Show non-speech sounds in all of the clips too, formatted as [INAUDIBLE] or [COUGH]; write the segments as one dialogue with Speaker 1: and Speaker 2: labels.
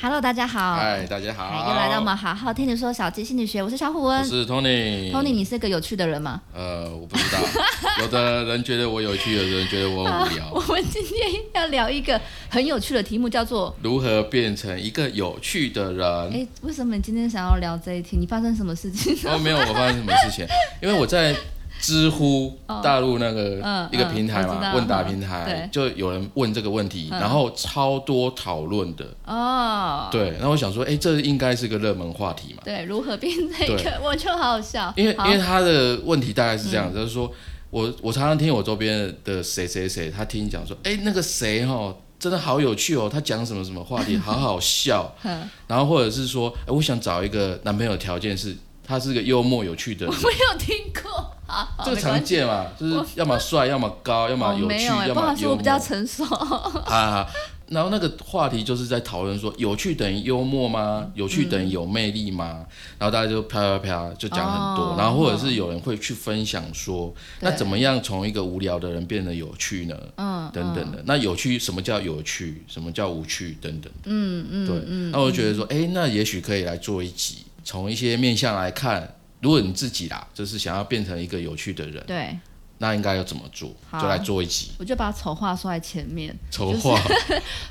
Speaker 1: Hello，大家好，
Speaker 2: 嗨，大家
Speaker 1: 哎
Speaker 2: 好，
Speaker 1: 又来到我们好好听你说小鸡心理学，我是小虎
Speaker 2: 我
Speaker 1: 文。
Speaker 2: 是 Tony。
Speaker 1: Tony，你是个有趣的人吗？
Speaker 2: 呃，我不知道， [LAUGHS] 有的人觉得我有趣，有的人觉得我很无
Speaker 1: [LAUGHS] 我
Speaker 2: 聊。
Speaker 1: 们今天要聊一个很有趣的题目，叫做……
Speaker 2: 如何变成一个有趣的人？
Speaker 1: 哎，为什么你今天想要聊这一题？你发生什么事情？
Speaker 2: 哦，没有，我发生什么事
Speaker 1: [LAUGHS]
Speaker 2: 情？因为我在知乎大陆那个
Speaker 1: 哦嗯
Speaker 2: 一个平台
Speaker 1: 嗯我知
Speaker 2: 嘛，
Speaker 1: 道
Speaker 2: 问答
Speaker 1: 嗯
Speaker 2: 平
Speaker 1: 对嗯
Speaker 2: 台，就有人问这个问题，然后超多讨论的。
Speaker 1: 哦，
Speaker 2: 对，然后我想说，哎，这应该是个热门话题嘛。
Speaker 1: 对，如何变成一个？
Speaker 2: 对
Speaker 1: 我就好好笑，
Speaker 2: 因为
Speaker 1: 好嗯
Speaker 2: 因为他的问题大概是这样，就是说我我常常听我周边的谁谁谁，他听讲说，哎、那个谁哦，真的好有趣哦，他讲什么什么话
Speaker 1: [LAUGHS]
Speaker 2: 题，好好笑。
Speaker 1: 嗯
Speaker 2: 然后或者是说，哎、我想找一个男朋友，条件是他是个幽默有趣
Speaker 1: [LAUGHS]
Speaker 2: 的人
Speaker 1: 我，没有听过，好，好
Speaker 2: 这个
Speaker 1: 哦没
Speaker 2: 常
Speaker 1: 关系
Speaker 2: 见嘛，就是要么帅，要么高，要么
Speaker 1: 哦
Speaker 2: 有
Speaker 1: 没
Speaker 2: 趣，
Speaker 1: 有哎，
Speaker 2: 要
Speaker 1: 不好
Speaker 2: 么
Speaker 1: 意思，
Speaker 2: 幽
Speaker 1: 我比较
Speaker 2: 默
Speaker 1: 成熟。 [LAUGHS]
Speaker 2: 啊。然后那个话题就是在讨论说，有趣等于幽默吗？有趣等于有魅力吗？然后大家就啪啪啪就讲很多，
Speaker 1: 哦
Speaker 2: 然后或者是有人会去分享说，那
Speaker 1: 对
Speaker 2: 怎么样从一个无聊的人变得有趣呢？
Speaker 1: 嗯，
Speaker 2: 等等的，那有趣什么叫有趣？什么叫无趣？等等的，嗯嗯，对。那我就觉得说，哎、那也许可以来做一集，从一些面向来看，如果你自己啦，就是想要变成一个有趣的人，
Speaker 1: 对，
Speaker 2: 那应该要怎么做？
Speaker 1: 好
Speaker 2: 就来做一集
Speaker 1: 我就把丑话说在前面，
Speaker 2: 筹划，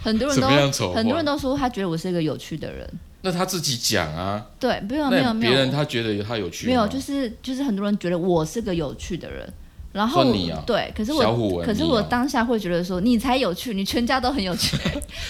Speaker 1: 很多人
Speaker 2: [LAUGHS] 怎
Speaker 1: 都
Speaker 2: 么样筹划？
Speaker 1: 很多人都说他觉得我是一个有趣的人，
Speaker 2: 那他自己讲啊，
Speaker 1: 对，没有没有
Speaker 2: 那
Speaker 1: 没
Speaker 2: 别
Speaker 1: 有
Speaker 2: 人他觉得他有趣吗，
Speaker 1: 没有，就是就是很多人觉得我是个有趣的人，然后
Speaker 2: 说你啊
Speaker 1: 对，可是
Speaker 2: 小虎
Speaker 1: 我
Speaker 2: 文
Speaker 1: 可是
Speaker 2: 你啊
Speaker 1: 我当下会觉得说你才有趣，你全家都很有
Speaker 2: [LAUGHS]
Speaker 1: 趣，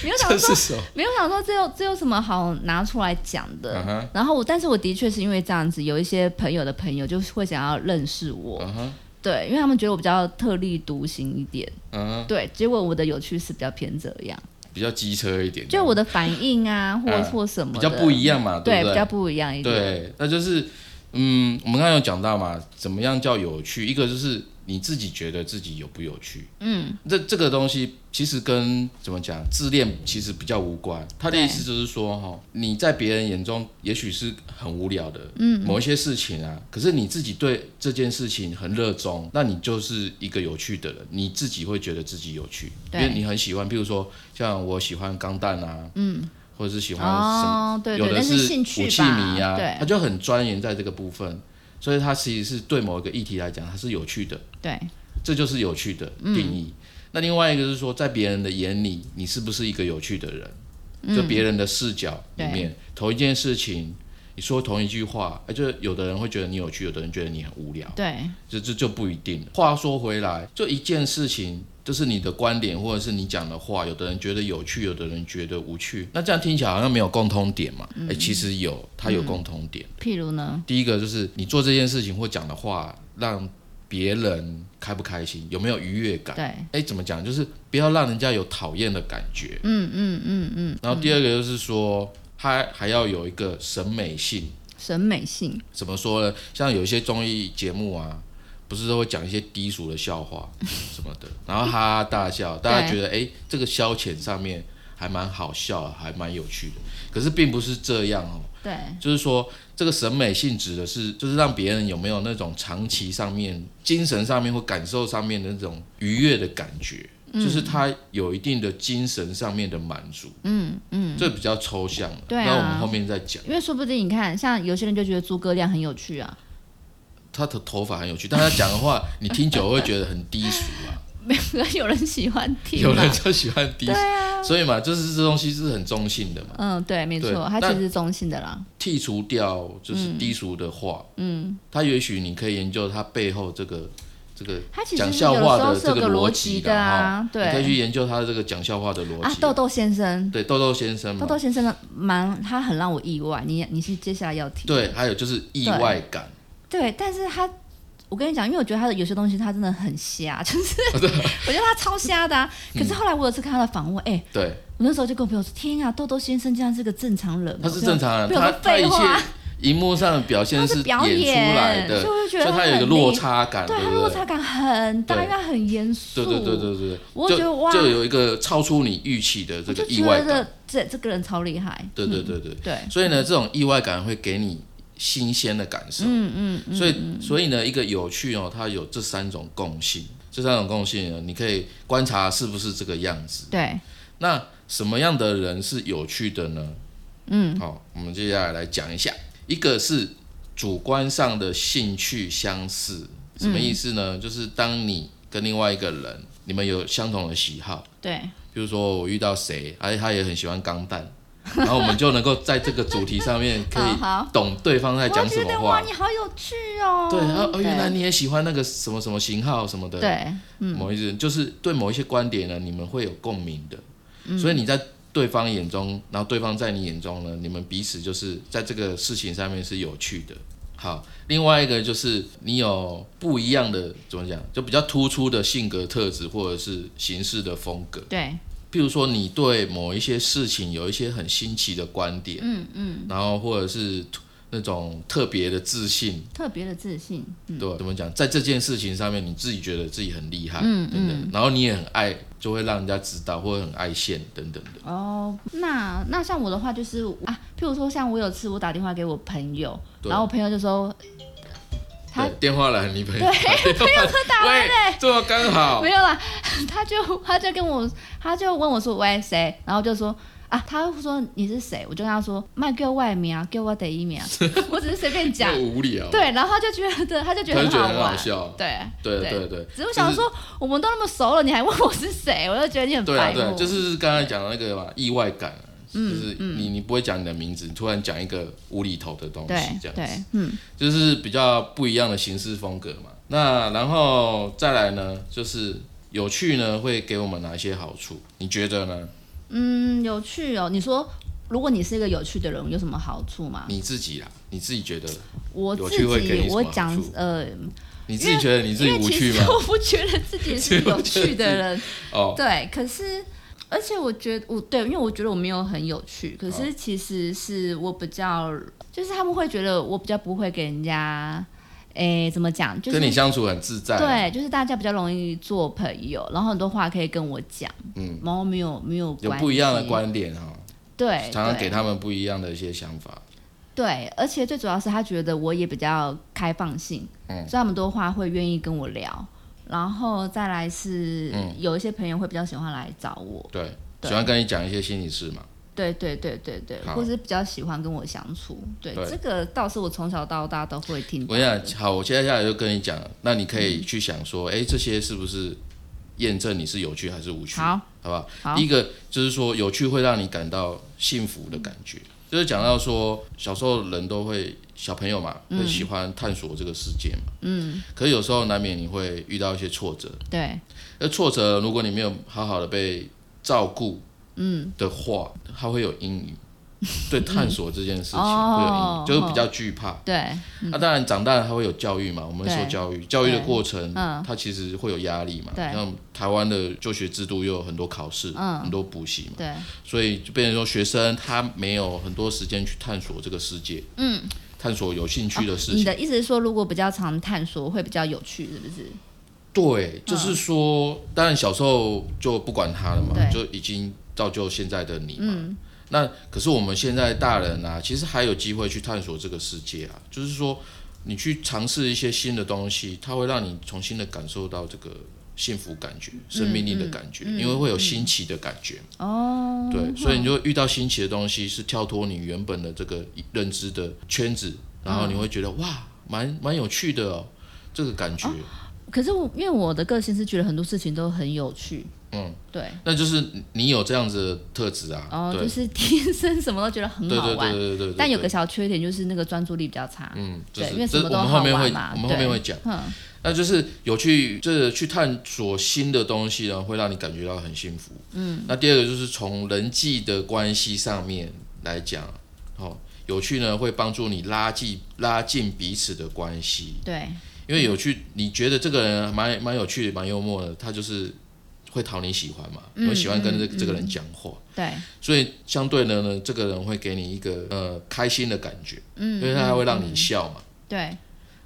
Speaker 1: 没有想
Speaker 2: 这是
Speaker 1: 说
Speaker 2: 什么？
Speaker 1: 没有想说这有这有什么好拿出来讲的
Speaker 2: 嗯。哼，
Speaker 1: 然后我，但是我的确是因为这样子，有一些朋友的朋友就是会想要认识我，
Speaker 2: 嗯哼，
Speaker 1: 对，因为他们觉得我比较特立独行一点，
Speaker 2: 嗯哼，
Speaker 1: 对，结果我的有趣是比较偏这样，
Speaker 2: 比较机车一点，
Speaker 1: 就我的反应
Speaker 2: [LAUGHS]
Speaker 1: 啊，或
Speaker 2: 嗯
Speaker 1: 或什么
Speaker 2: 比
Speaker 1: 的
Speaker 2: 较不一样嘛，
Speaker 1: 对，
Speaker 2: 不
Speaker 1: 比较不一样一点，
Speaker 2: 对，那就是，嗯，我们刚刚有讲到嘛，怎么样叫有趣？一个就是你自己觉得自己有不有趣，嗯，这这个东西其实跟怎么讲自恋其实比较无关。他的
Speaker 1: 对
Speaker 2: 意思就是说，哈，你在别人眼中也许是很无聊的，
Speaker 1: 嗯
Speaker 2: 某一些事情啊，可是你自己对这件事情很热衷，那你就是一个有趣的人，你自己会觉得自己有趣，因
Speaker 1: 对
Speaker 2: 为你很喜欢，譬如说像我喜欢钢弹啊，嗯。或者是喜欢什么
Speaker 1: 哦，对
Speaker 2: 有
Speaker 1: 对，
Speaker 2: 的
Speaker 1: 但
Speaker 2: 是
Speaker 1: 兴
Speaker 2: 武
Speaker 1: 趣
Speaker 2: 器
Speaker 1: 吧，
Speaker 2: 迷啊，他
Speaker 1: 对
Speaker 2: 就很钻研在这个部分，所以他其实是对某一个议题来讲，它是有趣的，
Speaker 1: 对
Speaker 2: 这就是有趣的
Speaker 1: 嗯
Speaker 2: 定义。那另外一个就是说，在别人的眼里，你是不是一个有趣的人？
Speaker 1: 嗯
Speaker 2: 就别人的视角里面，同一件事情，你说同一句话，哎，就有的人会觉得你有趣，有的人觉得你很无聊，
Speaker 1: 对
Speaker 2: 这这就不一定了。话说回来，就一件事情。就是你的观点，或者是你讲的话，有的人觉得有趣，有的人觉得无趣。那这样听起来好像没有共通点嘛？哎、其实有，它有共通点。
Speaker 1: 譬如呢，
Speaker 2: 第一个就是你做这件事情或讲的话，让别人开不开心，有没有愉悦感？
Speaker 1: 对，
Speaker 2: 哎，怎么讲？就是不要让人家有讨厌的感觉。嗯嗯嗯嗯。然后第二个就是说，他还要有一个审美性。
Speaker 1: 审美性，
Speaker 2: 怎么说呢？像有一些综艺节目啊，不是都会讲一些低俗的笑话什么的，然后哈哈大笑，大家觉得哎、诶这个消遣上面还蛮好笑，还蛮有趣的。可是并不是这样哦，
Speaker 1: 对
Speaker 2: 就是说这个审美性指的是，就是让别人有没有那种长期上面、精神上面或感受上面的那种愉悦的感觉。就是他有一定的精神上面的满足，嗯嗯，这比较抽象了，
Speaker 1: 对啊
Speaker 2: 那我们后面再讲。
Speaker 1: 因为说不定你看，像有些人就觉得诸葛亮很有趣啊， [LAUGHS]
Speaker 2: 他的头发很有趣，但他讲的话你听久了会觉得很低俗啊，
Speaker 1: 没有有人喜欢 [LAUGHS] 听
Speaker 2: 有
Speaker 1: 嘛
Speaker 2: 人，就喜欢低俗，
Speaker 1: 啊
Speaker 2: 所以嘛，就是这东西是很中性的嘛，
Speaker 1: 嗯，对，没
Speaker 2: 对
Speaker 1: 错，他
Speaker 2: 那
Speaker 1: 其实是中性的啦，
Speaker 2: 剔除掉就是低俗的话，嗯，他也许你可以研究他背后这个这个
Speaker 1: 他其实
Speaker 2: 讲
Speaker 1: 是
Speaker 2: 笑
Speaker 1: 有的
Speaker 2: 话
Speaker 1: 时候
Speaker 2: 的
Speaker 1: 是
Speaker 2: 这
Speaker 1: 有个
Speaker 2: 个
Speaker 1: 逻
Speaker 2: 辑
Speaker 1: 辑的啊
Speaker 2: 哈，
Speaker 1: 对
Speaker 2: 你可以去研究他的这个讲笑话的逻
Speaker 1: 啊，
Speaker 2: 辑，嗯
Speaker 1: 豆豆先生，
Speaker 2: 对豆豆先生嘛
Speaker 1: 豆，豆先生的蛮，他很让我意外，你你是接下来要提，
Speaker 2: 对，还有就是意外感，
Speaker 1: 对，但是他。我跟你讲，因为我觉得他的有些东西他真的很瞎， [LAUGHS] 就是
Speaker 2: 哦
Speaker 1: 我觉得他超瞎的、啊。可
Speaker 2: 嗯
Speaker 1: 是后来我有一次看他的访问，哎、
Speaker 2: 对，
Speaker 1: 我那时候就跟我朋友说：“天啊，豆豆先生竟然是个正常人。”哦
Speaker 2: 他是正常人，
Speaker 1: 不要
Speaker 2: 他
Speaker 1: 说
Speaker 2: 他
Speaker 1: 废
Speaker 2: 一
Speaker 1: 话
Speaker 2: 切荧幕上的表现
Speaker 1: 他
Speaker 2: 是
Speaker 1: 是
Speaker 2: 演
Speaker 1: 表
Speaker 2: 出来
Speaker 1: 演，
Speaker 2: 的，
Speaker 1: 所以我就觉得
Speaker 2: 所以他有一个
Speaker 1: 很
Speaker 2: 落
Speaker 1: 厉害，
Speaker 2: 差感，
Speaker 1: 对
Speaker 2: 对
Speaker 1: 他
Speaker 2: 不
Speaker 1: 落
Speaker 2: 对？
Speaker 1: 差感很大，
Speaker 2: 对
Speaker 1: 因为他很严肃。
Speaker 2: 对对对对对对，
Speaker 1: 我
Speaker 2: 就
Speaker 1: 觉得哇
Speaker 2: 就有一个超出你预期的
Speaker 1: 我
Speaker 2: 这个
Speaker 1: 就
Speaker 2: 意
Speaker 1: 觉
Speaker 2: 外
Speaker 1: 得嗯
Speaker 2: 感，
Speaker 1: 这这个人超厉害。
Speaker 2: 对对对对，
Speaker 1: 对
Speaker 2: 所以呢，这种意外感会给你新鲜的感受，嗯嗯，所以所以呢，一个有趣哦，它有这三种共性，这三种共性哦呢，你可以观察是不是这个样子。
Speaker 1: 对
Speaker 2: 那什么样的人是有趣的呢？嗯，好、我们接下来来讲一下，一个是主观上的兴趣相似，什
Speaker 1: 嗯
Speaker 2: 么意思呢？就是当你跟另外一个人，你们有相同的喜好，
Speaker 1: 对，
Speaker 2: 比如说我遇到谁，而且他也很喜欢钢弹， [LAUGHS] 然后我们就能够在这个主题上面可
Speaker 1: 好
Speaker 2: 以
Speaker 1: [LAUGHS] 好。
Speaker 2: 懂对方在
Speaker 1: 我
Speaker 2: 讲什
Speaker 1: 觉
Speaker 2: 么
Speaker 1: 得哇，
Speaker 2: 话。
Speaker 1: 你好有趣哦。
Speaker 2: 对，啊，哦，原来你也喜欢那个什么什么型号什么的，
Speaker 1: 对，
Speaker 2: 某一些人就是对某一些观点呢，你们会有共鸣的，
Speaker 1: 嗯
Speaker 2: 所以你在对方眼中，然后对方在你眼中呢，你们彼此就是在这个事情上面是有趣的。好，另外一个就是你有不一样的怎么讲，就比较突出的性格特质或者是行事的风格。
Speaker 1: 对，
Speaker 2: 譬如说，你对某一些事情有一些很新奇的观点，嗯嗯，然后或者是突那种特别的自信，
Speaker 1: 特别的自信，
Speaker 2: 对，怎么讲，在这件事情上面，你自己觉得自己很厉害，嗯等等，然后你也很爱，就会让人家知道，或者很爱现等等的。
Speaker 1: 哦，那那像我的话就是啊，譬如说像我有次我打电话给我朋友，
Speaker 2: 对
Speaker 1: 然后我朋友就说他
Speaker 2: 对，电话来，你朋友 [LAUGHS] 对，朋友打
Speaker 1: 来
Speaker 2: 喂，这么刚好
Speaker 1: 没，有啦， [LAUGHS] 他就他就跟我他就问我说喂谁，然后就说。啊，他说你是谁？我就跟他说，卖给我外名啊，给我第一名
Speaker 2: [LAUGHS]
Speaker 1: 啊，我只是随便讲
Speaker 2: 太。无聊，
Speaker 1: 对，然后他就觉得，他就觉得
Speaker 2: 他就觉得
Speaker 1: 好
Speaker 2: 很好
Speaker 1: 玩，
Speaker 2: 笑，
Speaker 1: 对
Speaker 2: 对对对，
Speaker 1: 只是我想
Speaker 2: 就是
Speaker 1: 说，我们都那么熟了，你还问我是谁，我就觉得你很
Speaker 2: 对啊，
Speaker 1: 白
Speaker 2: 对啊
Speaker 1: 目。，
Speaker 2: 就是刚才讲的那个嘛，意外感啊，
Speaker 1: 嗯
Speaker 2: 就是你你不会讲你的名字，你突然讲一个无厘头的东西，这
Speaker 1: 对
Speaker 2: 样子。
Speaker 1: 对，嗯，
Speaker 2: 就是比较不一样的行事风格嘛。那然后再来呢，就是有趣呢会给我们哪一些好处？你觉得呢？
Speaker 1: 嗯，有趣哦。你说，如果你是一个有趣的人，有什么好处吗？
Speaker 2: 你自己啦，啊你自己觉得？
Speaker 1: 我
Speaker 2: 有
Speaker 1: 自
Speaker 2: 趣会给
Speaker 1: 己，
Speaker 2: 你什么
Speaker 1: 我
Speaker 2: 好
Speaker 1: 讲
Speaker 2: 处
Speaker 1: 呃，
Speaker 2: 你自己觉得你自己
Speaker 1: 因为
Speaker 2: 无
Speaker 1: 其
Speaker 2: 趣
Speaker 1: 实
Speaker 2: 吗？
Speaker 1: [LAUGHS] 我不觉得自己是有趣的人，
Speaker 2: [LAUGHS] 哦，
Speaker 1: 对。可是，而且我觉得我对，因为我觉得我没有很有趣，可
Speaker 2: 哦
Speaker 1: 是其实是我比较，就是他们会觉得我比较不会给人家，诶，怎么讲？就是
Speaker 2: 跟你相处很自在。，啊
Speaker 1: 对，就是大家比较容易做朋友，然后很多话可以跟我讲，
Speaker 2: 嗯，
Speaker 1: 然后没有没有
Speaker 2: 有
Speaker 1: 关
Speaker 2: 不一样的
Speaker 1: 系，
Speaker 2: 观点哈、
Speaker 1: 对，
Speaker 2: 常常
Speaker 1: 对
Speaker 2: 给他们不一样的一些想法。
Speaker 1: 对，而且最主要是他觉得我也比较开放性，
Speaker 2: 嗯
Speaker 1: 所以他们多话会愿意跟我聊。然后再来是、
Speaker 2: 嗯
Speaker 1: 有一些朋友会比较喜欢来找我，
Speaker 2: 对，
Speaker 1: 对
Speaker 2: 喜欢跟你讲一些心理事嘛。
Speaker 1: 对对对对对，
Speaker 2: 好
Speaker 1: 或是比较喜欢跟我相处，对
Speaker 2: 对
Speaker 1: 这个倒是我从小到大都会听到
Speaker 2: 我想，好，我接下来就跟你讲，那你可以去想说，哎、这些是不是验证你是有趣还是无趣？
Speaker 1: 好，
Speaker 2: 好不好？
Speaker 1: 好
Speaker 2: 第一个就是说，有趣会让你感到幸福的感觉，就是讲到说，小时候人都会小朋友嘛，
Speaker 1: 嗯
Speaker 2: 会喜欢探索这个世界嘛，嗯，可是有时候难免你会遇到一些挫折，
Speaker 1: 对
Speaker 2: 而挫折如果你没有好好的被照顾，嗯的话，它会有阴
Speaker 1: [LAUGHS]
Speaker 2: 影，对探索这件事情会有阴
Speaker 1: 哦
Speaker 2: 影，就是比较惧怕。
Speaker 1: 对
Speaker 2: 那、当然，长大了他会有教育嘛，我们说
Speaker 1: 对
Speaker 2: 教育，教育的
Speaker 1: 对
Speaker 2: 过程，
Speaker 1: 嗯
Speaker 2: 它其实会有压力嘛。
Speaker 1: 对
Speaker 2: 像台湾的就学制度又有很多考试，
Speaker 1: 嗯
Speaker 2: 很多补习嘛，
Speaker 1: 对
Speaker 2: 所以就变成说学生他没有很多时间去探索这个世界，嗯，探索有兴趣的事
Speaker 1: 你
Speaker 2: 情。
Speaker 1: 的意思是说，如果比较常探索会比较有趣，是不是？
Speaker 2: 对，就是说，当然小时候就不管他了嘛，
Speaker 1: 对嗯
Speaker 2: 就已经造就现在的你嘛。那可是我们现在大人啊，其实还有机会去探索这个世界啊，就是说你去尝试一些新的东西，它会让你重新的感受到这个幸福感觉、
Speaker 1: 嗯
Speaker 2: 生命力的感觉，因为会有新奇的感觉。
Speaker 1: 哦，
Speaker 2: 对，所以你就会遇到新奇的东西，是跳脱你原本的这个认知的圈子，然后你会觉得、哇，蛮蛮有趣的哦，这个感觉。
Speaker 1: 可是我因为我的个性是觉得很多事情都很有趣，
Speaker 2: 嗯，
Speaker 1: 对，
Speaker 2: 那就是你有这样子的特质啊，
Speaker 1: 哦，
Speaker 2: 对
Speaker 1: 就，是 [LAUGHS] 天生什么都觉得很
Speaker 2: 对
Speaker 1: 好
Speaker 2: 对对
Speaker 1: 玩
Speaker 2: 对，对对对
Speaker 1: 但有个小缺点就是那个专注力比较差。
Speaker 2: 嗯，就
Speaker 1: 对，
Speaker 2: 是
Speaker 1: 因为什么
Speaker 2: 这我
Speaker 1: 都
Speaker 2: 们
Speaker 1: 好
Speaker 2: 后面
Speaker 1: 玩
Speaker 2: 会，
Speaker 1: 嘛。
Speaker 2: 我们后
Speaker 1: 对
Speaker 2: 面会讲，
Speaker 1: 嗯，
Speaker 2: 那就是有去这去探索新的东西呢，会让你感觉到很幸福。嗯，那第二个就是从人际的关系上面来讲，哦，有趣呢会帮助你拉近拉近彼此的关系，
Speaker 1: 对，
Speaker 2: 因为有趣，你觉得这个人蛮蛮有趣的，蛮幽默的，他就是会讨你喜欢嘛，
Speaker 1: 嗯
Speaker 2: 会喜欢跟这
Speaker 1: 嗯
Speaker 2: 这个人讲话。
Speaker 1: 对，
Speaker 2: 所以相对的呢，这个人会给你一个呃开心的感觉，嗯，因嗯为他会让你笑嘛，
Speaker 1: 对，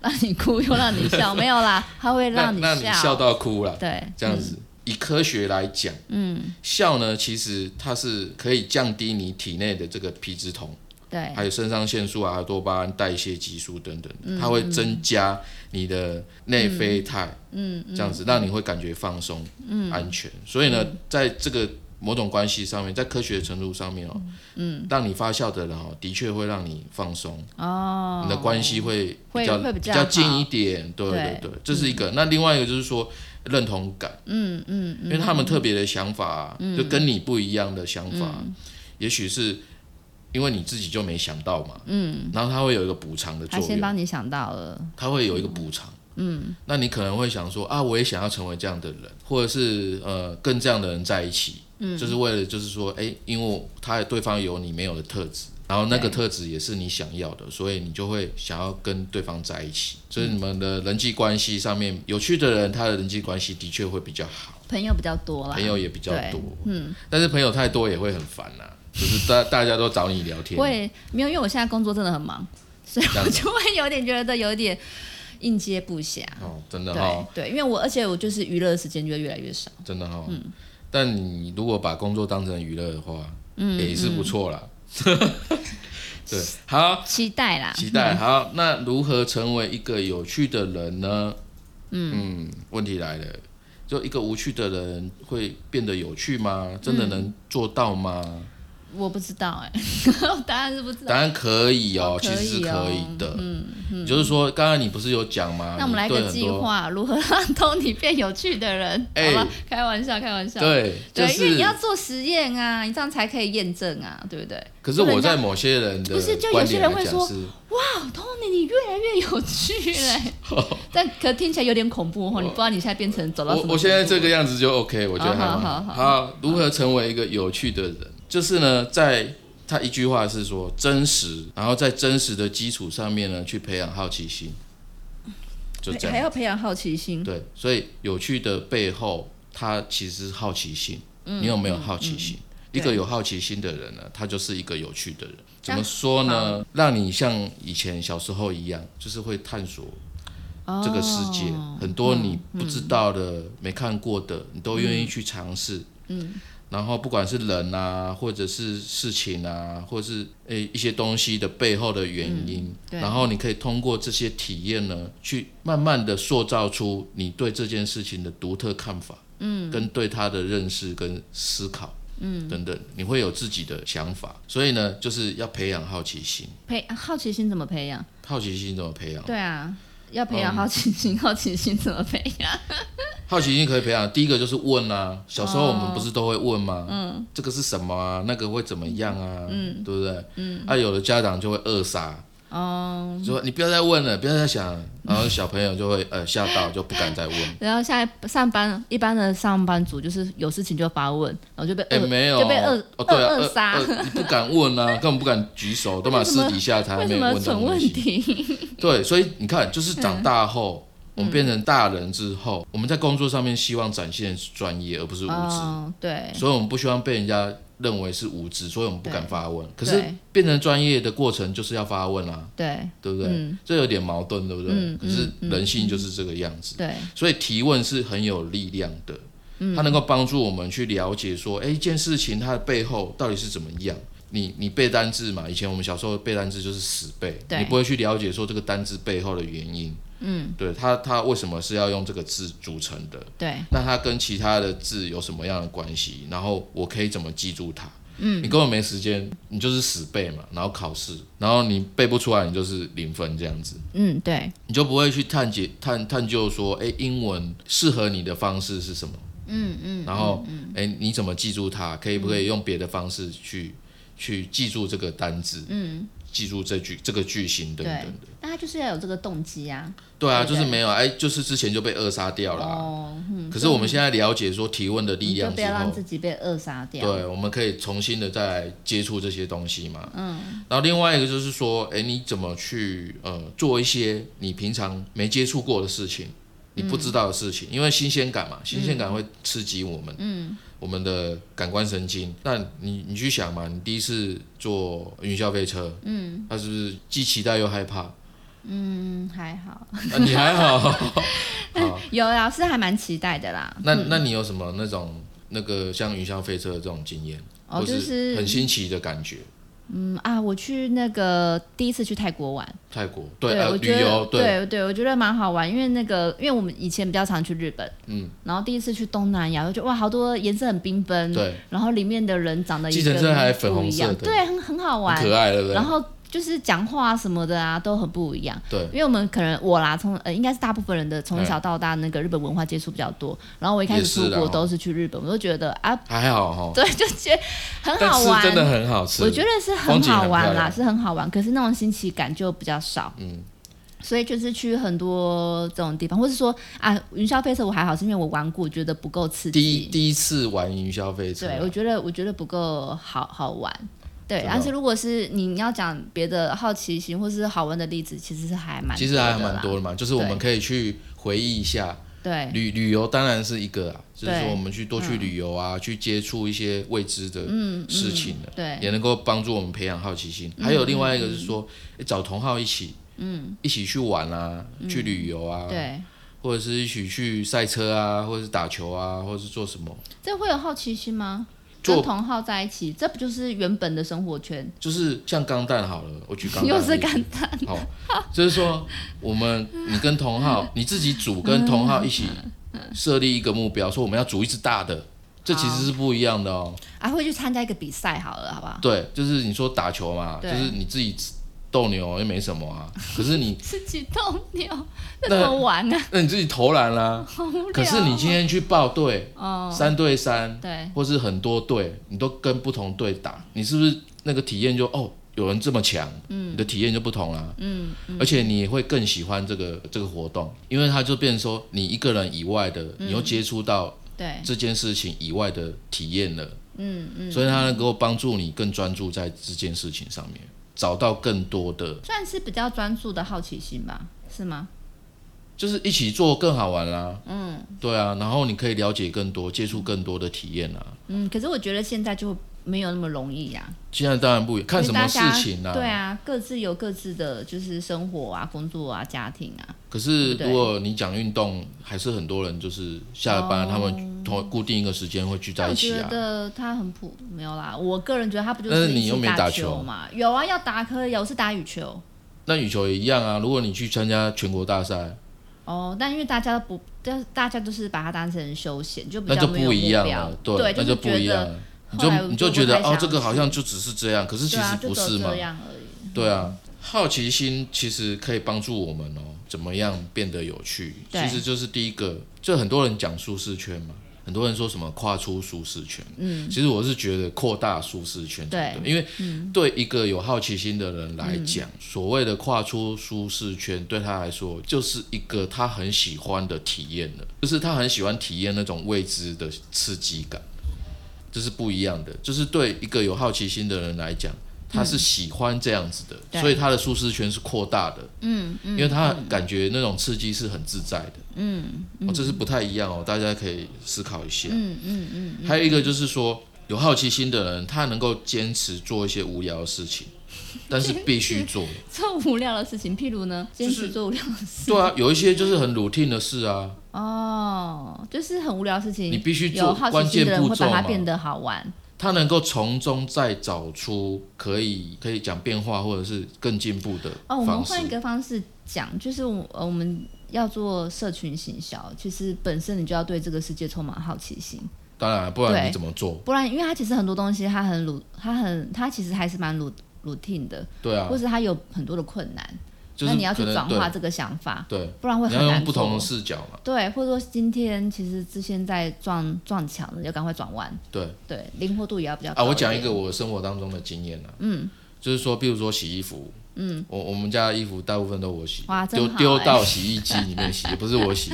Speaker 1: 让你哭又让你笑，没有啦，他会
Speaker 2: 那
Speaker 1: 让
Speaker 2: 那你笑到哭了，
Speaker 1: 对，
Speaker 2: 这样子。以科学来讲，嗯，笑呢，其实它是可以降低你体内的这个皮质酮，
Speaker 1: 对，
Speaker 2: 还有肾上腺素啊、多巴胺、代谢激素等等，
Speaker 1: 嗯
Speaker 2: 它会增加你的内
Speaker 1: 嗯
Speaker 2: 啡肽，嗯，这样子让你会感觉放松、安全。所以呢，在这个某种关系上面，在科学的程度上面哦，嗯，让你发酵的人哦，的确会让你放松，
Speaker 1: 哦，
Speaker 2: 你的关系会比
Speaker 1: 会
Speaker 2: 较
Speaker 1: 会比较
Speaker 2: 较
Speaker 1: 好
Speaker 2: 近一点，对对
Speaker 1: 对
Speaker 2: 对，这是一个。那另外一个就是说认同感，
Speaker 1: 嗯嗯
Speaker 2: 因为他们特别的想法，啊就跟你不一样的想法，啊
Speaker 1: 嗯
Speaker 2: 也许是因为你自己就没想到嘛，嗯，然后他会有一个补偿的
Speaker 1: 他
Speaker 2: 作
Speaker 1: 先
Speaker 2: 用，
Speaker 1: 帮你想到了，
Speaker 2: 他会有一个补偿，嗯，那你可能会想说啊，我也想要成为这样的人，或者是呃跟这样的人在一起，嗯，就是为了就是说，哎、因为他对方有你没有的特质。然后那个特质也是你想要的，所以你就会想要跟对方在一起。所以你们的人际关系上面，有趣的人，他的人际关系的确会比较好。
Speaker 1: 朋友比较多啦
Speaker 2: 朋。友也比较
Speaker 1: 对
Speaker 2: 多，嗯，但是朋友太多也会很烦呐、就是大大家都找你聊天，
Speaker 1: [LAUGHS] 我也没有，因为我现在工作真的很忙，所以
Speaker 2: 这样
Speaker 1: 我
Speaker 2: 子
Speaker 1: 就会有点觉得有点应接不暇。
Speaker 2: 哦，真的哈、
Speaker 1: 对对，因为我而且我就是娱乐的时间就会越来越少。
Speaker 2: 真的哈、
Speaker 1: 嗯
Speaker 2: 但你如果把工作当成娱乐的话，嗯，也是不
Speaker 1: [LAUGHS]
Speaker 2: 错啦。对，好，
Speaker 1: 期待啦，
Speaker 2: 期待。好，那如何成为一个有趣的人呢？嗯问题来了，就一个无趣的人会变得有趣吗？真的能做到吗？
Speaker 1: 嗯我不知道哎、 [LAUGHS] 答案是不知道。
Speaker 2: 当然可以哦，
Speaker 1: 哦
Speaker 2: 其
Speaker 1: 可以哦
Speaker 2: 实是可以的。嗯嗯，就是说，刚刚你不是有讲吗？
Speaker 1: 那我们来
Speaker 2: 啊你对
Speaker 1: 个
Speaker 2: 很
Speaker 1: 计
Speaker 2: 多。
Speaker 1: 划，如何让托尼变有趣的人？
Speaker 2: [LAUGHS] 哎
Speaker 1: 好吧，开玩笑，开玩笑。
Speaker 2: 对，
Speaker 1: 对，
Speaker 2: 就
Speaker 1: 因为
Speaker 2: 是
Speaker 1: 你。要做实验啊，你这样才可以验证啊，对不对？
Speaker 2: 可是我在某些人的
Speaker 1: 不是就
Speaker 2: 观
Speaker 1: 有些
Speaker 2: 点
Speaker 1: 人
Speaker 2: 来
Speaker 1: 会
Speaker 2: 讲
Speaker 1: 说
Speaker 2: 是，
Speaker 1: 哇，托尼，哦你越来越有趣嘞、
Speaker 2: [LAUGHS]
Speaker 1: 但可听起来有点恐怖哦，你不知道你现在变成走到什
Speaker 2: 我
Speaker 1: 么
Speaker 2: 我现在
Speaker 1: 程度哦
Speaker 2: 这个样子就 OK，我觉得还蛮
Speaker 1: 好好好
Speaker 2: 好，如何成为一个有趣的人？就是呢，在他一句话是说真实，然后在真实的基础上面呢，去培养好奇心，就这
Speaker 1: 还
Speaker 2: 样。
Speaker 1: 要培养好奇心。
Speaker 2: 对，所以有趣的背后，它其实是好奇心。
Speaker 1: 嗯
Speaker 2: 你有没有好奇心？一个
Speaker 1: 对啊
Speaker 2: 有好奇心的人呢，他就是一个有趣的人。怎
Speaker 1: 那
Speaker 2: 么说呢？让你像以前小时候一样，就是会探索
Speaker 1: 哦
Speaker 2: 这个世界，很多你不知道的、没看过的，你都愿意去尝试。嗯，然后不管是人啊，或者是事情啊，或者是诶、一些东西的背后的原因，
Speaker 1: 对
Speaker 2: 然后你可以通过这些体验呢，去慢慢的塑造出你对这件事情的独特看法，嗯，跟对它的认识跟思考。嗯，等等，你会有自己的想法，所以呢，就是要培养好奇心。
Speaker 1: 培好奇心怎么培养？
Speaker 2: 好奇心怎么培养？
Speaker 1: 对啊，要培
Speaker 2: 哦
Speaker 1: 养好奇心， [LAUGHS] 好奇心怎么培养？
Speaker 2: 好奇心可以培养，第一个就是问啊，小时候我们不是都会问吗？嗯，这个是什么啊？那个会怎么样啊？嗯，对不对？嗯，啊，有的家长就会扼杀，
Speaker 1: 哦，
Speaker 2: 说你不要再问了，不要再想，然后小朋友就会呃吓到，就不敢再问。
Speaker 1: 然后现在上班一般的上班族就是有事情就发问，然后就被
Speaker 2: 哎、
Speaker 1: 扼
Speaker 2: 没有，
Speaker 1: 就被扼
Speaker 2: 哦，对啊，
Speaker 1: 扼扼杀
Speaker 2: 扼扼你不敢问啊，根 [LAUGHS] 本不敢举手，都把
Speaker 1: 为什么
Speaker 2: 私底下他
Speaker 1: 为
Speaker 2: 还
Speaker 1: 什
Speaker 2: 没有
Speaker 1: 么
Speaker 2: 问到
Speaker 1: 蠢
Speaker 2: 东
Speaker 1: 问
Speaker 2: 西。
Speaker 1: 题？嗯
Speaker 2: 对，所以你看，就是长大后，我们变成大人之后，我们在工作上面希望展现专业，而不是无知。
Speaker 1: 哦，对，
Speaker 2: 所以我们不希望被人家认为是无知，所以我们不敢发问。可
Speaker 1: 对
Speaker 2: 是变成专业的过程就是要发问啊，
Speaker 1: 对，
Speaker 2: 对不对？
Speaker 1: 嗯
Speaker 2: 这有点矛盾，对不对？
Speaker 1: 嗯
Speaker 2: 可是人性就是这个样子，
Speaker 1: 对，
Speaker 2: 所以提问是很有力量的，它能够帮助我们去了解说，哎，一件事情它的背后到底是怎么样。你你背单字嘛？以前我们小时候背单字就是死背，
Speaker 1: 对
Speaker 2: 你不会去了解说这个单字背后的原因。嗯，对，它它为什么是要用这个字组成的？
Speaker 1: 对，
Speaker 2: 那它跟其他的字有什么样的关系？然后我可以怎么记住它？嗯，你根本没时间，你就是死背嘛，然后考试，然后你背不出来，你就是零分这样子，
Speaker 1: 嗯，对，
Speaker 2: 你就不会去探解探探究说，哎，英文适合你的方式是什么？嗯嗯，然后哎，你怎么记住它？可以不可以用别的方式去去记住这个单字？嗯，记住这句这个句型等等
Speaker 1: 对
Speaker 2: 的。。
Speaker 1: 那他就是要有这个动机啊。
Speaker 2: 对啊，
Speaker 1: 对
Speaker 2: 就是没有哎，就是之前就被扼杀掉了啊。
Speaker 1: 哦，嗯
Speaker 2: 可是我们现在了解说提问的力
Speaker 1: 你就
Speaker 2: 量
Speaker 1: 不
Speaker 2: 之
Speaker 1: 要让
Speaker 2: 后，
Speaker 1: 自己被扼杀掉。
Speaker 2: 对，我们可以重新的再来接触这些东西嘛。嗯。然后另外一个就是说，哎，你怎么去呃做一些你平常没接触过的事情，你不知道的事
Speaker 1: 嗯
Speaker 2: 情，因为新鲜感嘛，新鲜感会刺激我们，嗯，我们的感官神经。那你你去想嘛，你第一次坐云霄飞车，嗯，那是不是既期待又
Speaker 1: [LAUGHS]
Speaker 2: 害怕？
Speaker 1: 嗯，还好，
Speaker 2: 那、你还
Speaker 1: [LAUGHS]
Speaker 2: 好，
Speaker 1: 有啊老师还蛮期待的啦。
Speaker 2: 那那你有什么那种那个像云霄飞车的这种经验？
Speaker 1: 哦，
Speaker 2: 或
Speaker 1: 就是
Speaker 2: 很新奇的感觉。
Speaker 1: 嗯啊，我去那个第一次去泰国玩，
Speaker 2: 泰国对，呃
Speaker 1: 我
Speaker 2: 旅
Speaker 1: 觉得
Speaker 2: 游对，
Speaker 1: 对对，我觉得蛮好玩，因为那个因为我们以前比较常去日本，
Speaker 2: 嗯，
Speaker 1: 然后第一次去东南亚，我就觉得哇，好多颜色很缤纷，
Speaker 2: 对，
Speaker 1: 然后里面的人长得
Speaker 2: 计
Speaker 1: 也
Speaker 2: 程
Speaker 1: 跟
Speaker 2: 车还
Speaker 1: 不
Speaker 2: 粉红
Speaker 1: 一样
Speaker 2: 色的
Speaker 1: 对，很很好玩
Speaker 2: 很，可爱对不对
Speaker 1: 然？后就是讲话什么的啊都很不一样。
Speaker 2: 对，
Speaker 1: 因为我们可能我啦，从呃应该是大部分人的从
Speaker 2: 嗯
Speaker 1: 小到大那个日本文化接触比较多，然后我一开
Speaker 2: 也
Speaker 1: 始
Speaker 2: 是
Speaker 1: 出
Speaker 2: 啦
Speaker 1: 国
Speaker 2: 哦
Speaker 1: 都是去日本，我就觉得
Speaker 2: [LAUGHS]
Speaker 1: 啊，
Speaker 2: 还好哈，
Speaker 1: 对，就觉得很
Speaker 2: 但
Speaker 1: 好
Speaker 2: 是
Speaker 1: 玩，
Speaker 2: 真的很好吃，
Speaker 1: 我觉
Speaker 2: 得
Speaker 1: 得是
Speaker 2: 风
Speaker 1: 很
Speaker 2: 景很
Speaker 1: 好玩
Speaker 2: 漂
Speaker 1: 啦，
Speaker 2: 亮
Speaker 1: 是很好玩，可是那种新奇感就比较少。
Speaker 2: 嗯，
Speaker 1: 所以就是去很多这种地方，或是说啊，云霄飞车我还好，是因为我玩过，觉得不够刺激。
Speaker 2: 第一第一次玩云霄飞车，
Speaker 1: 对，我觉得我觉得不够好好玩。对，
Speaker 2: 啊真的哦
Speaker 1: 但是如果是你要讲别的好奇心或是好玩的例子，其实是还蛮
Speaker 2: 其实还
Speaker 1: 的啦
Speaker 2: 蛮多的嘛，就是我们
Speaker 1: 对
Speaker 2: 可以去回忆一下
Speaker 1: 对
Speaker 2: 旅旅游，当然是一个啊，就是说
Speaker 1: 对嗯
Speaker 2: 我们去多去旅游啊，去接触一些未知的事情的，
Speaker 1: 对嗯
Speaker 2: 也能够帮助我们培养好奇心。还有另外一个是说，诶找同好一起，嗯，一起去玩啊，去旅游啊，，
Speaker 1: 嗯对，
Speaker 2: 或者是一起去赛车啊，或者是打球啊，或者是做什么，
Speaker 1: 这会有好奇心吗？
Speaker 2: 做
Speaker 1: 跟同好在一起，这不就是原本的生活圈？
Speaker 2: 就是像钢弹好了，我举钢
Speaker 1: [LAUGHS]
Speaker 2: 弹
Speaker 1: 又
Speaker 2: 的
Speaker 1: 是
Speaker 2: 例子
Speaker 1: 感叹，
Speaker 2: 好，就是说我们你跟同号，你自己组跟同号一起
Speaker 1: 嗯
Speaker 2: 设立一个目标，说我们要组一支大的，这其实是不一样的哦。
Speaker 1: 啊，会去参加一个比赛好了，好不好？
Speaker 2: 对，就是你说打球嘛，就
Speaker 1: 对
Speaker 2: 是你自己斗牛又没什么啊，可是你
Speaker 1: 自己斗牛，那
Speaker 2: 那
Speaker 1: 怎么玩啊？
Speaker 2: 那你自己投篮
Speaker 1: [LAUGHS]
Speaker 2: 啦、
Speaker 1: 好无聊。
Speaker 2: 可是你今天去报队，
Speaker 1: 哦，
Speaker 2: 三对三，
Speaker 1: 对，
Speaker 2: 或是很多队，你都跟不同队打，你是不是那个体验就哦？有人这么强，嗯，你的体验就不同啦、嗯，而且你也会更喜欢这个这个活动，因为它就变成说你一个人以外的，你又接触到
Speaker 1: 对，
Speaker 2: 这件事情以外的体验了，嗯嗯，所以它能够帮助你更专注在这件事情上面，找到更多的，
Speaker 1: 算是比较专注的好奇心吧，是吗？
Speaker 2: 就是一起做更好玩啦、嗯，对啊，然后你可以了解更多，接触更多的体验啊。
Speaker 1: 嗯，可是我觉得现在就没有那么容易呀、
Speaker 2: 现在当然不一样，看
Speaker 1: 因
Speaker 2: 什
Speaker 1: 为
Speaker 2: 么
Speaker 1: 大
Speaker 2: 事
Speaker 1: 家
Speaker 2: 情啦、
Speaker 1: 对啊，各自有各自的就是生活啊、工作啊、家庭啊。
Speaker 2: 可是
Speaker 1: 对
Speaker 2: 如果你讲运动，还是很多人就是下了班，他们同固定一个时间会聚在
Speaker 1: 但哦
Speaker 2: 一
Speaker 1: 我
Speaker 2: 起
Speaker 1: 觉
Speaker 2: 啊。
Speaker 1: 得他很普没有啦，我个人觉得他不就
Speaker 2: 但是
Speaker 1: 一
Speaker 2: 你
Speaker 1: 起
Speaker 2: 又没打
Speaker 1: 打
Speaker 2: 球
Speaker 1: 嘛？有啊，要打可以啊，我是打羽球
Speaker 2: 那羽球也一样啊，如果你去参加全国大赛，
Speaker 1: 哦，但因为大家都不，但大家都是把它当成休闲，就比
Speaker 2: 那
Speaker 1: 较
Speaker 2: 就
Speaker 1: 没有
Speaker 2: 不一
Speaker 1: 目
Speaker 2: 样
Speaker 1: 标
Speaker 2: 了，，
Speaker 1: 对，
Speaker 2: 那
Speaker 1: 是
Speaker 2: 不
Speaker 1: 觉
Speaker 2: 一样
Speaker 1: 得
Speaker 2: 了。你
Speaker 1: 后来
Speaker 2: 就
Speaker 1: 我
Speaker 2: 你
Speaker 1: 就
Speaker 2: 就觉
Speaker 1: 不
Speaker 2: 得
Speaker 1: 太
Speaker 2: 哦
Speaker 1: 想，
Speaker 2: 这个好像
Speaker 1: 去
Speaker 2: 就只是这样，可是其
Speaker 1: 对
Speaker 2: 实
Speaker 1: 啊，就
Speaker 2: 不
Speaker 1: 只
Speaker 2: 是
Speaker 1: 有
Speaker 2: 嘛
Speaker 1: 这。样而已。
Speaker 2: 对啊，好奇心其实可以帮助我们哦，怎么样变得有趣？
Speaker 1: 对
Speaker 2: 其实就是第一个，就很多人讲舒适圈嘛，很多人说什么跨出舒适圈，嗯，其实我是觉得扩大舒适圈才
Speaker 1: 对
Speaker 2: 对，因为对一个有好奇心的人来讲，所谓的跨出舒适圈，对他来说就是一个他很喜欢的体验了，就是他很喜欢体验那种未知的刺激感。这是不一样的，就是对一个有好奇心的人来讲，他是喜欢这样子的，
Speaker 1: 对
Speaker 2: 所以他的舒适圈是扩大的，嗯，因为他感觉那种刺激是很自在的，嗯，哦、这是不太一样哦，大家可以思考一下，嗯嗯嗯，还有一个就是说，有好奇心的人，他能够坚持做一些无聊的
Speaker 1: [LAUGHS]
Speaker 2: 事情，但是必须做，
Speaker 1: 做无聊的事情，譬如呢，坚
Speaker 2: 就是
Speaker 1: 持做无聊的事。
Speaker 2: 对啊，有一些就是很 routine 的事啊，
Speaker 1: 哦，就是很无聊的事情，
Speaker 2: 你必须做
Speaker 1: 有好
Speaker 2: 关
Speaker 1: 奇心
Speaker 2: 键
Speaker 1: 的人
Speaker 2: 步
Speaker 1: 会
Speaker 2: 骤
Speaker 1: 把它
Speaker 2: 嘛，
Speaker 1: 变得好玩。
Speaker 2: 他能够从中再找出可以可以讲变化或者是更进步的
Speaker 1: 哦，我们
Speaker 2: 方式。
Speaker 1: 换一个方式讲，就是我呃我们要做社群行销，其实本身你就要对这个世界充满好奇心，
Speaker 2: 当然，啊不然
Speaker 1: 对
Speaker 2: 你怎么做？
Speaker 1: 不然因为它其实很多东西它很鲁，它很它其实还是蛮鲁 routine 的，
Speaker 2: 对啊
Speaker 1: 或，者它有很多的困难，
Speaker 2: 就是
Speaker 1: 那你要去
Speaker 2: 可能
Speaker 1: 转化这个想法，
Speaker 2: 对
Speaker 1: 不然会
Speaker 2: 对，你
Speaker 1: 很
Speaker 2: 要
Speaker 1: 难
Speaker 2: 用不同的
Speaker 1: 做
Speaker 2: 视角嘛。
Speaker 1: 对，或者说今天其实是现在撞撞墙了，要赶快转弯，
Speaker 2: 对
Speaker 1: 对，灵活度也要比较高
Speaker 2: 啊，我讲
Speaker 1: 点
Speaker 2: 一个我生活当中的经验啊，嗯，就是说，比如说洗衣服，嗯，我我们家的衣服大部分都我洗
Speaker 1: 哇，真
Speaker 2: 丢
Speaker 1: 好
Speaker 2: 丢
Speaker 1: 欸
Speaker 2: 到洗衣机里面洗，也不是我洗，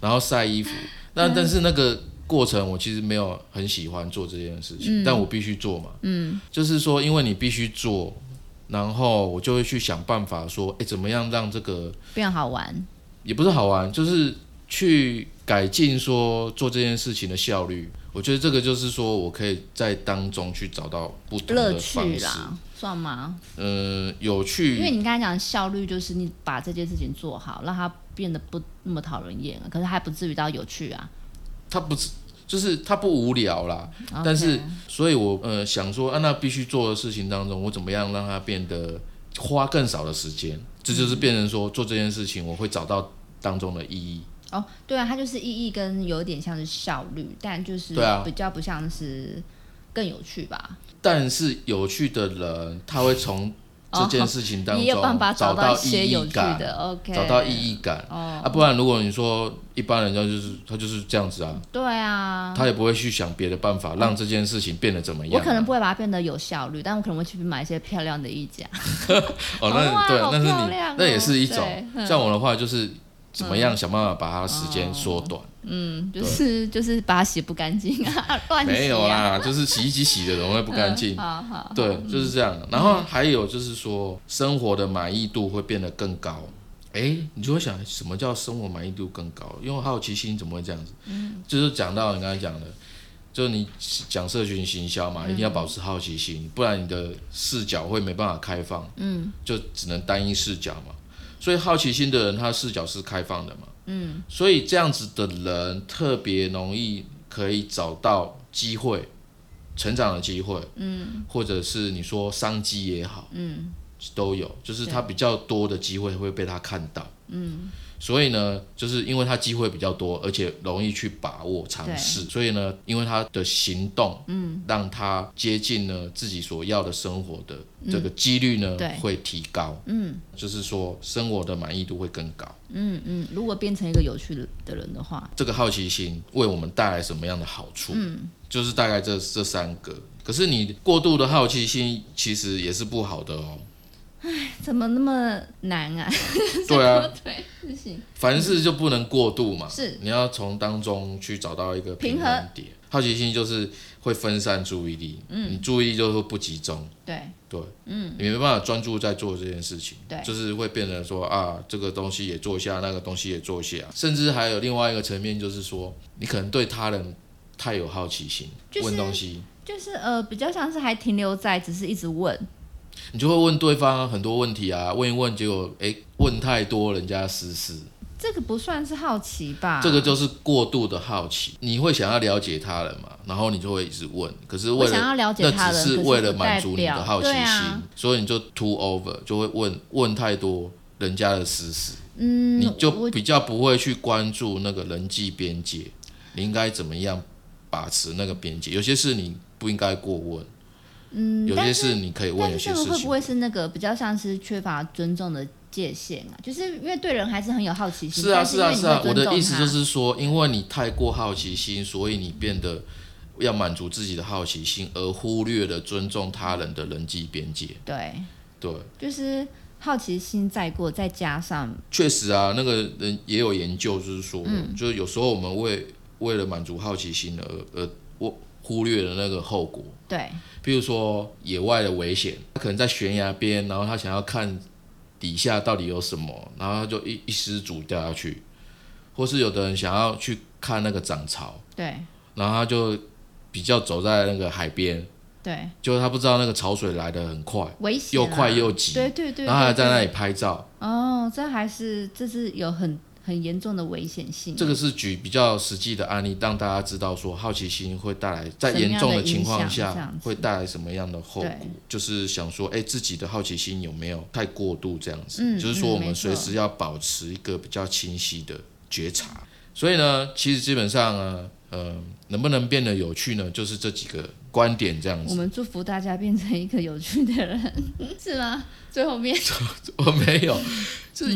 Speaker 2: 然后晒衣服。那但是那个过程，我其实没有很喜欢做这件事
Speaker 1: 嗯
Speaker 2: 情，但我必须做嘛，嗯，就是说，因为你必须做，然后我就会去想办法说，哎，怎么样让这个
Speaker 1: 变好玩。
Speaker 2: 也不是好玩，就是去改进说做这件事情的效率。我觉得这个就是说我可以在当中去找到不同
Speaker 1: 乐
Speaker 2: 的
Speaker 1: 趣
Speaker 2: 方式，
Speaker 1: 啦，算吗？
Speaker 2: 呃，有
Speaker 1: 因为
Speaker 2: 趣，
Speaker 1: 你刚才讲效率，就是你把这件事情做好，让它变得不那么讨人厌，可是还不至于到有趣啊。
Speaker 2: 它不是就是它不无聊啦。但是，所以我呃想说，啊，那必须做的事情当中，我怎么样让它变得花更少的时间？这就是变成说做这件事情，我会找到当中的意义。
Speaker 1: 哦，对啊，它就是意义跟有点像是效率，但就是
Speaker 2: 对啊
Speaker 1: 比较不像是更有趣吧。
Speaker 2: 但是有趣的人，他会从这件事情当
Speaker 1: 你
Speaker 2: 中
Speaker 1: 哦有办法
Speaker 2: 找
Speaker 1: 到一些
Speaker 2: 意
Speaker 1: 有
Speaker 2: 义
Speaker 1: 趣
Speaker 2: 感，
Speaker 1: 的，OK？
Speaker 2: 找到意义感。
Speaker 1: 哦，
Speaker 2: 啊，不然如果你说一般人家就是他就是这样子啊，
Speaker 1: 对啊，
Speaker 2: 他也不会去想别的办法让这件事情变得怎么样
Speaker 1: 嗯
Speaker 2: 啊、
Speaker 1: 我可能不会把它变得有效率，但我可能会去买一些漂亮的衣架。
Speaker 2: 哦，
Speaker 1: 哇
Speaker 2: 那对，
Speaker 1: 好
Speaker 2: 那是
Speaker 1: 漂
Speaker 2: 你
Speaker 1: 亮哦，
Speaker 2: 那也是一种
Speaker 1: 对。嗯
Speaker 2: 像我的话就是怎么样想办法把它时间缩短，
Speaker 1: 嗯，就是就是把它洗不干净啊， [LAUGHS] 乱洗、啊、
Speaker 2: 没有啦，就是洗衣机洗的容易不干净。
Speaker 1: 好好，
Speaker 2: 对，就是这样。然后还有就是说，生活的满意度会变得更高。哎，你就会想，什么叫生活满意度更高？因为好奇心怎么会这样子？就是讲到你刚才讲的，就是你讲社群行销嘛，一定要保持好奇心，不然你的视角会没办法开放，嗯，就只能单一视角嘛。所以好奇心的人，他视角是开放的嘛，嗯，所以这样子的人特别容易可以找到机会，成长的机会，或者是你说商机也好，嗯，都有，就是他比较多的机会会被他看到，嗯，所以呢，就是因为他机会比较多，而且容易去把握尝试，所以呢，因为他的行动，嗯，让他接近呢自己所要的生活的这个几率呢、
Speaker 1: 嗯对
Speaker 2: 会提高，嗯，就是说生活的满意度会更高。
Speaker 1: 嗯嗯，如果变成一个有趣的的人的话，
Speaker 2: 这个好奇心为我们带来什么样的好处？嗯，就是大概这这三个。可是你过度的好奇心其实也是不好
Speaker 1: [LAUGHS]
Speaker 2: 的哦。
Speaker 1: 怎么那么难啊？
Speaker 2: [LAUGHS] 对啊，
Speaker 1: 对，不行，
Speaker 2: 凡事就不能过度嘛。
Speaker 1: 是
Speaker 2: 你要从当中去找到一个
Speaker 1: 平
Speaker 2: 平
Speaker 1: 衡
Speaker 2: 衡点。好奇心就是会分散注意力，嗯，你注意力就会不集中，
Speaker 1: 对
Speaker 2: 对，嗯，你没办法专注在做这件事情，
Speaker 1: 对
Speaker 2: 就是会变成说啊，这个东西也做一下，那个东西也做一下，甚至还有另外一个层面，就是说你可能对他人太有好奇心，
Speaker 1: 就是
Speaker 2: 问东西，
Speaker 1: 就是呃，比较像是还停留在只是一直问，
Speaker 2: 你就会问对方很多问题啊，问一问，结果哎、问太多，人家私事，
Speaker 1: 这个不算是好奇吧？
Speaker 2: 这个就是过度的好奇，你会想要了解他人嘛，然后你就会一直问，可是
Speaker 1: 我
Speaker 2: 为
Speaker 1: 想
Speaker 2: 了。
Speaker 1: 要了解他
Speaker 2: 那只
Speaker 1: 人，
Speaker 2: 是
Speaker 1: 可
Speaker 2: 为
Speaker 1: 不
Speaker 2: 了满
Speaker 1: 代
Speaker 2: 足你
Speaker 1: 表
Speaker 2: 的好奇
Speaker 1: 对
Speaker 2: 心，
Speaker 1: 啊、
Speaker 2: 所以你就 too over，就会问问太多人家的私事。
Speaker 1: 嗯，
Speaker 2: 你就
Speaker 1: 我
Speaker 2: 比较不会去关注那个人际边界，你应该怎么样把持那个边界？有些事你不应该过问，
Speaker 1: 嗯，
Speaker 2: 有
Speaker 1: 但
Speaker 2: 些
Speaker 1: 是
Speaker 2: 事你可以问，
Speaker 1: 但
Speaker 2: 有
Speaker 1: 是
Speaker 2: 些
Speaker 1: 这
Speaker 2: 事
Speaker 1: 个会不
Speaker 2: 情
Speaker 1: 会是那个比较像是缺乏尊重的界限啊？就是因为对人还是很有好奇心，
Speaker 2: 是啊
Speaker 1: 但
Speaker 2: 是
Speaker 1: 因为
Speaker 2: 啊
Speaker 1: 你会
Speaker 2: 是啊。我
Speaker 1: 尊
Speaker 2: 的
Speaker 1: 重
Speaker 2: 意思
Speaker 1: 他
Speaker 2: 就是说，因为你太过好奇心，所以你变得要满足自己的好奇心，而忽略了尊重他人的人际边界。
Speaker 1: 对，
Speaker 2: 对，
Speaker 1: 就是好奇心再过，再加上
Speaker 2: 确实啊，那个人也有研究，就是说，
Speaker 1: 嗯
Speaker 2: 就是有时候我们为为了满足好奇心而而我忽略了那个后果。
Speaker 1: 对
Speaker 2: 譬如说野外的危险，他可能在悬崖边，然后他想要看底下到底有什么，然后他就一一失足掉下去，或是有的人想要去看那个涨潮，
Speaker 1: 对
Speaker 2: 然后他就比较走在那个海边，
Speaker 1: 对，
Speaker 2: 就他不知道那个潮水来得很快，
Speaker 1: 危险
Speaker 2: 又
Speaker 1: 啊
Speaker 2: 快又急，
Speaker 1: 对对对，
Speaker 2: 然后还
Speaker 1: 对
Speaker 2: 在那里拍照，
Speaker 1: 哦，这还是这是有很很严重的危险性，
Speaker 2: 这个是举比较实际的案例，让大家知道说好奇心会带来在严重的情
Speaker 1: 什么
Speaker 2: 况
Speaker 1: 样的影响这
Speaker 2: 下
Speaker 1: 样子
Speaker 2: 会带来什么样的后果
Speaker 1: 对，
Speaker 2: 就是想说，哎，自己的好奇心有没有太过度这样子？
Speaker 1: 嗯
Speaker 2: 就是说
Speaker 1: 嗯
Speaker 2: 我们
Speaker 1: 没错
Speaker 2: 随时要保持一个比较清晰的觉察。所以呢，其实基本上呢，呃，能不能变得有趣呢？就是这几个观点这样
Speaker 1: 我
Speaker 2: 子。
Speaker 1: 们祝福大家变成一个有趣的人， [LAUGHS] 是吗？最后
Speaker 2: [LAUGHS]
Speaker 1: 面
Speaker 2: 我没有，这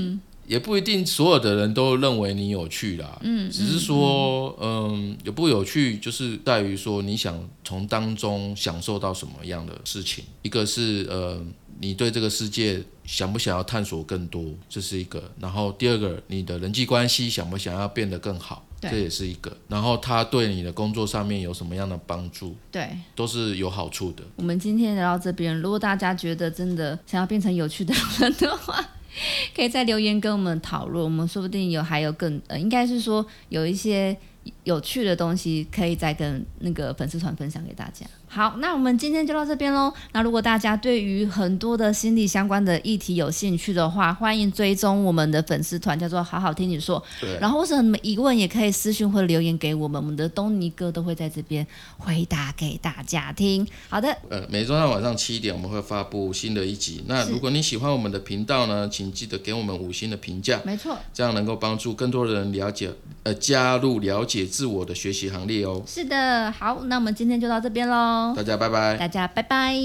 Speaker 2: 也不一定所有的人都认为你有趣啦。嗯，只是说，嗯，有不有趣，就是在于说你想从当中享受到什么样的事情。一个是呃，你对这个世界想不想要探索更多，这是一个；然后第二个，你的人际关系想不想要变得更好，
Speaker 1: 对
Speaker 2: 这也是一个。然后他对你的工作上面有什么样的帮助，
Speaker 1: 对。
Speaker 2: 都是有好处的。
Speaker 1: 我们今天聊到这边，如果大家觉得真的想要变成有趣的人的话， [LAUGHS] 可以在留言跟我们讨论，我们说不定有还有更呃，应该是说有一些有趣的东西可以再跟那个粉丝团分享给大家。好，那我们今天就到这边喽。那如果大家对于很多的心理相关的议题有兴趣的话，欢迎追踪我们的粉丝团，叫做“好好听你说”。
Speaker 2: 对，
Speaker 1: 然后或者什么疑问也可以私讯或留言给我们，我们的东尼哥都会在这边回答给大家听。好的，
Speaker 2: 呃，每周三晚上七点我们会发布新的一集。那如果你喜欢我们的频道呢，请记得给我们五星的评价，
Speaker 1: 没错，
Speaker 2: 这样能够帮助更多的人了解，呃，加入了解自我的学习行列哦。
Speaker 1: 是的。好，那我们今天就到这边喽，
Speaker 2: 大家拜拜。
Speaker 1: 大家拜拜。